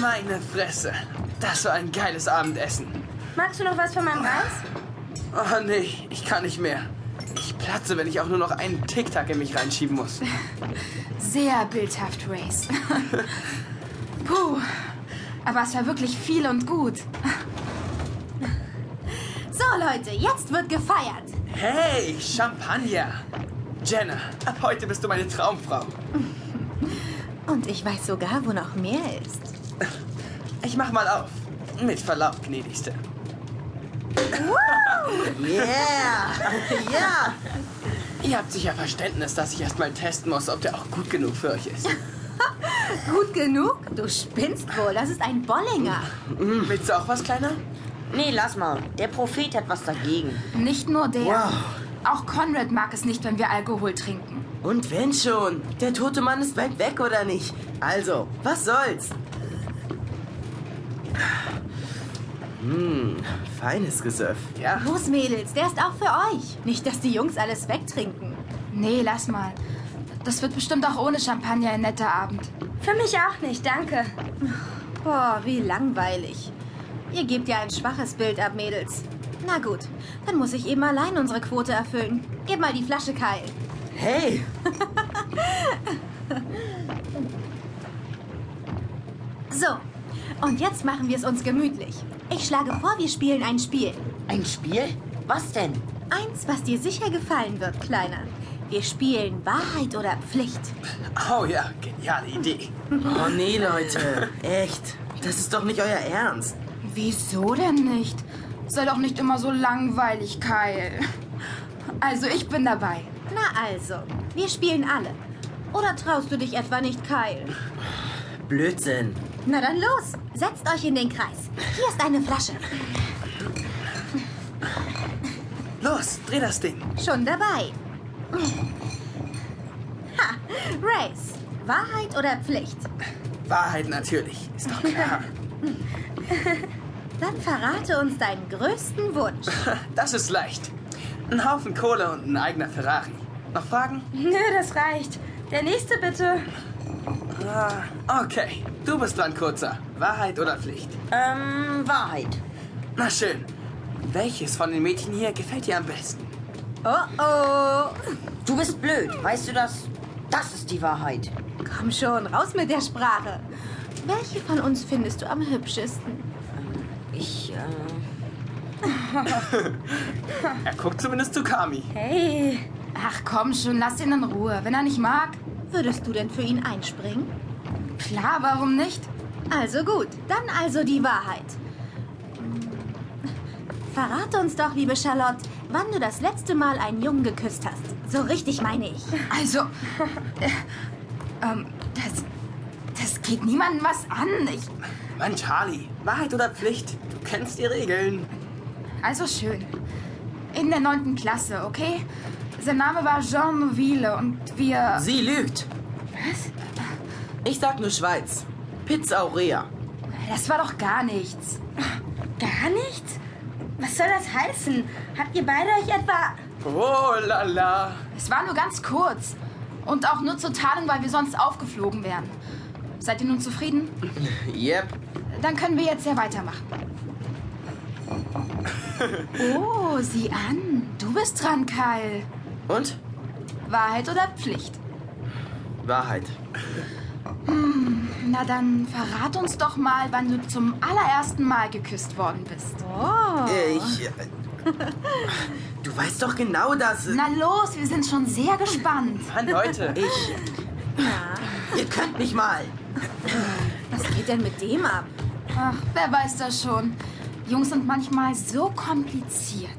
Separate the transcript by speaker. Speaker 1: Meine Fresse. Das war ein geiles Abendessen.
Speaker 2: Magst du noch was von meinem Reis?
Speaker 1: Oh nee, ich kann nicht mehr. Ich platze, wenn ich auch nur noch einen Tic-Tac in mich reinschieben muss.
Speaker 2: Sehr bildhaft, Race. Puh. Aber es war wirklich viel und gut.
Speaker 3: So, Leute, jetzt wird gefeiert.
Speaker 1: Hey, Champagner! Jenna, ab heute bist du meine Traumfrau.
Speaker 4: Und ich weiß sogar, wo noch mehr ist.
Speaker 1: Ich mach mal auf. Mit Verlaub, gnädigste.
Speaker 4: Yeah! Ja!
Speaker 1: Ihr habt sicher Verständnis, dass ich erst mal testen muss, ob der auch gut genug für euch ist.
Speaker 4: Gut genug?
Speaker 3: Du spinnst wohl, das ist ein Bollinger.
Speaker 1: Willst du auch was, Kleiner?
Speaker 5: Nee, lass mal. Der Prophet hat was dagegen.
Speaker 2: Nicht nur der.
Speaker 1: Wow.
Speaker 2: Auch Conrad mag es nicht, wenn wir Alkohol trinken.
Speaker 6: Und wenn schon, der tote Mann ist weit weg, oder nicht? Also, was soll's? Hm, feines Gesöff.
Speaker 1: Ja.
Speaker 3: Los, Mädels, der ist auch für euch. Nicht, dass die Jungs alles wegtrinken.
Speaker 2: Nee, lass mal. Das wird bestimmt auch ohne Champagner ein netter Abend.
Speaker 3: Für mich auch nicht, danke. Oh,
Speaker 4: Boah, wie langweilig. Ihr gebt ja ein schwaches Bild ab, Mädels. Na gut, dann muss ich eben allein unsere Quote erfüllen. Gib mal die Flasche, Kyle.
Speaker 6: Hey!
Speaker 3: So, und jetzt machen wir es uns gemütlich. Ich schlage vor, wir spielen ein Spiel.
Speaker 5: Ein Spiel? Was denn?
Speaker 3: Eins, was dir sicher gefallen wird, Kleiner. Wir spielen Wahrheit oder Pflicht.
Speaker 1: Oh ja, geniale Idee.
Speaker 6: Oh nee, Leute. Echt. Das ist doch nicht euer Ernst.
Speaker 2: Wieso denn nicht? Sei doch nicht immer so langweilig, Kyle. Also, ich bin dabei.
Speaker 3: Na also, wir spielen alle.
Speaker 4: Oder traust du dich etwa nicht, Kyle?
Speaker 6: Blödsinn.
Speaker 3: Na dann los, setzt euch in den Kreis. Hier ist eine Flasche.
Speaker 1: Los, dreh das Ding.
Speaker 3: Schon dabei. Ha, Race. Wahrheit oder Pflicht?
Speaker 1: Wahrheit natürlich. Ist doch klar.
Speaker 3: Dann verrate uns deinen größten Wunsch.
Speaker 1: Das ist leicht. Ein Haufen Kohle und ein eigener Ferrari. Noch Fragen?
Speaker 2: Nö, das reicht. Der nächste bitte.
Speaker 1: Ah, okay. Du bist dran, Kurzer. Wahrheit oder Pflicht?
Speaker 5: Ähm, Wahrheit.
Speaker 1: Na schön. Welches von den Mädchen hier gefällt dir am besten?
Speaker 3: Oh oh.
Speaker 5: Du bist blöd, weißt du das? Das ist die Wahrheit.
Speaker 3: Komm schon, raus mit der Sprache.
Speaker 4: Welche von uns findest du am hübschesten?
Speaker 5: Ich, äh,
Speaker 1: Er guckt zumindest zu Kami.
Speaker 2: Hey. Ach komm schon, lass ihn in Ruhe. Wenn er nicht mag,
Speaker 4: Würdest du denn für ihn einspringen?
Speaker 2: klar, warum nicht?
Speaker 3: Also gut, dann also die Wahrheit.
Speaker 4: Verrate uns doch, liebe Charlotte, wann du das letzte Mal einen Jungen geküsst hast.
Speaker 3: So richtig meine ich.
Speaker 2: Also, äh, ähm, das, das geht niemandem was an. Ich,
Speaker 1: Mann, Charlie. Wahrheit oder Pflicht? Du kennst die Regeln.
Speaker 2: also schön. In der neunten Klasse, okay? Sein Name war Jean Neuville und wir...
Speaker 6: Sie lügt. Was? Ich sag nur Schweiz. Pizza Aurea.
Speaker 2: Das war doch gar nichts.
Speaker 3: Gar nichts? Was soll das heißen? Habt ihr beide euch etwa...
Speaker 1: Oh la la.
Speaker 2: Es war nur ganz kurz. Und auch nur zur Tarnung, weil wir sonst aufgeflogen wären. Seid ihr nun zufrieden?
Speaker 6: Yep.
Speaker 2: Dann können wir jetzt ja weitermachen. Oh, sieh an. Du bist dran, Kyle.
Speaker 6: Und?
Speaker 2: Wahrheit oder Pflicht?
Speaker 6: Wahrheit.
Speaker 2: Na dann verrat uns doch mal, wann du zum allerersten Mal geküsst worden bist.
Speaker 6: Ich. äh, Du weißt doch genau das. äh,
Speaker 2: Na los, wir sind schon sehr gespannt.
Speaker 1: Mann, Leute.
Speaker 6: Ich. Ihr könnt mich mal.
Speaker 4: Was geht denn mit dem ab?
Speaker 2: Ach, wer weiß das schon. Jungs sind manchmal so kompliziert.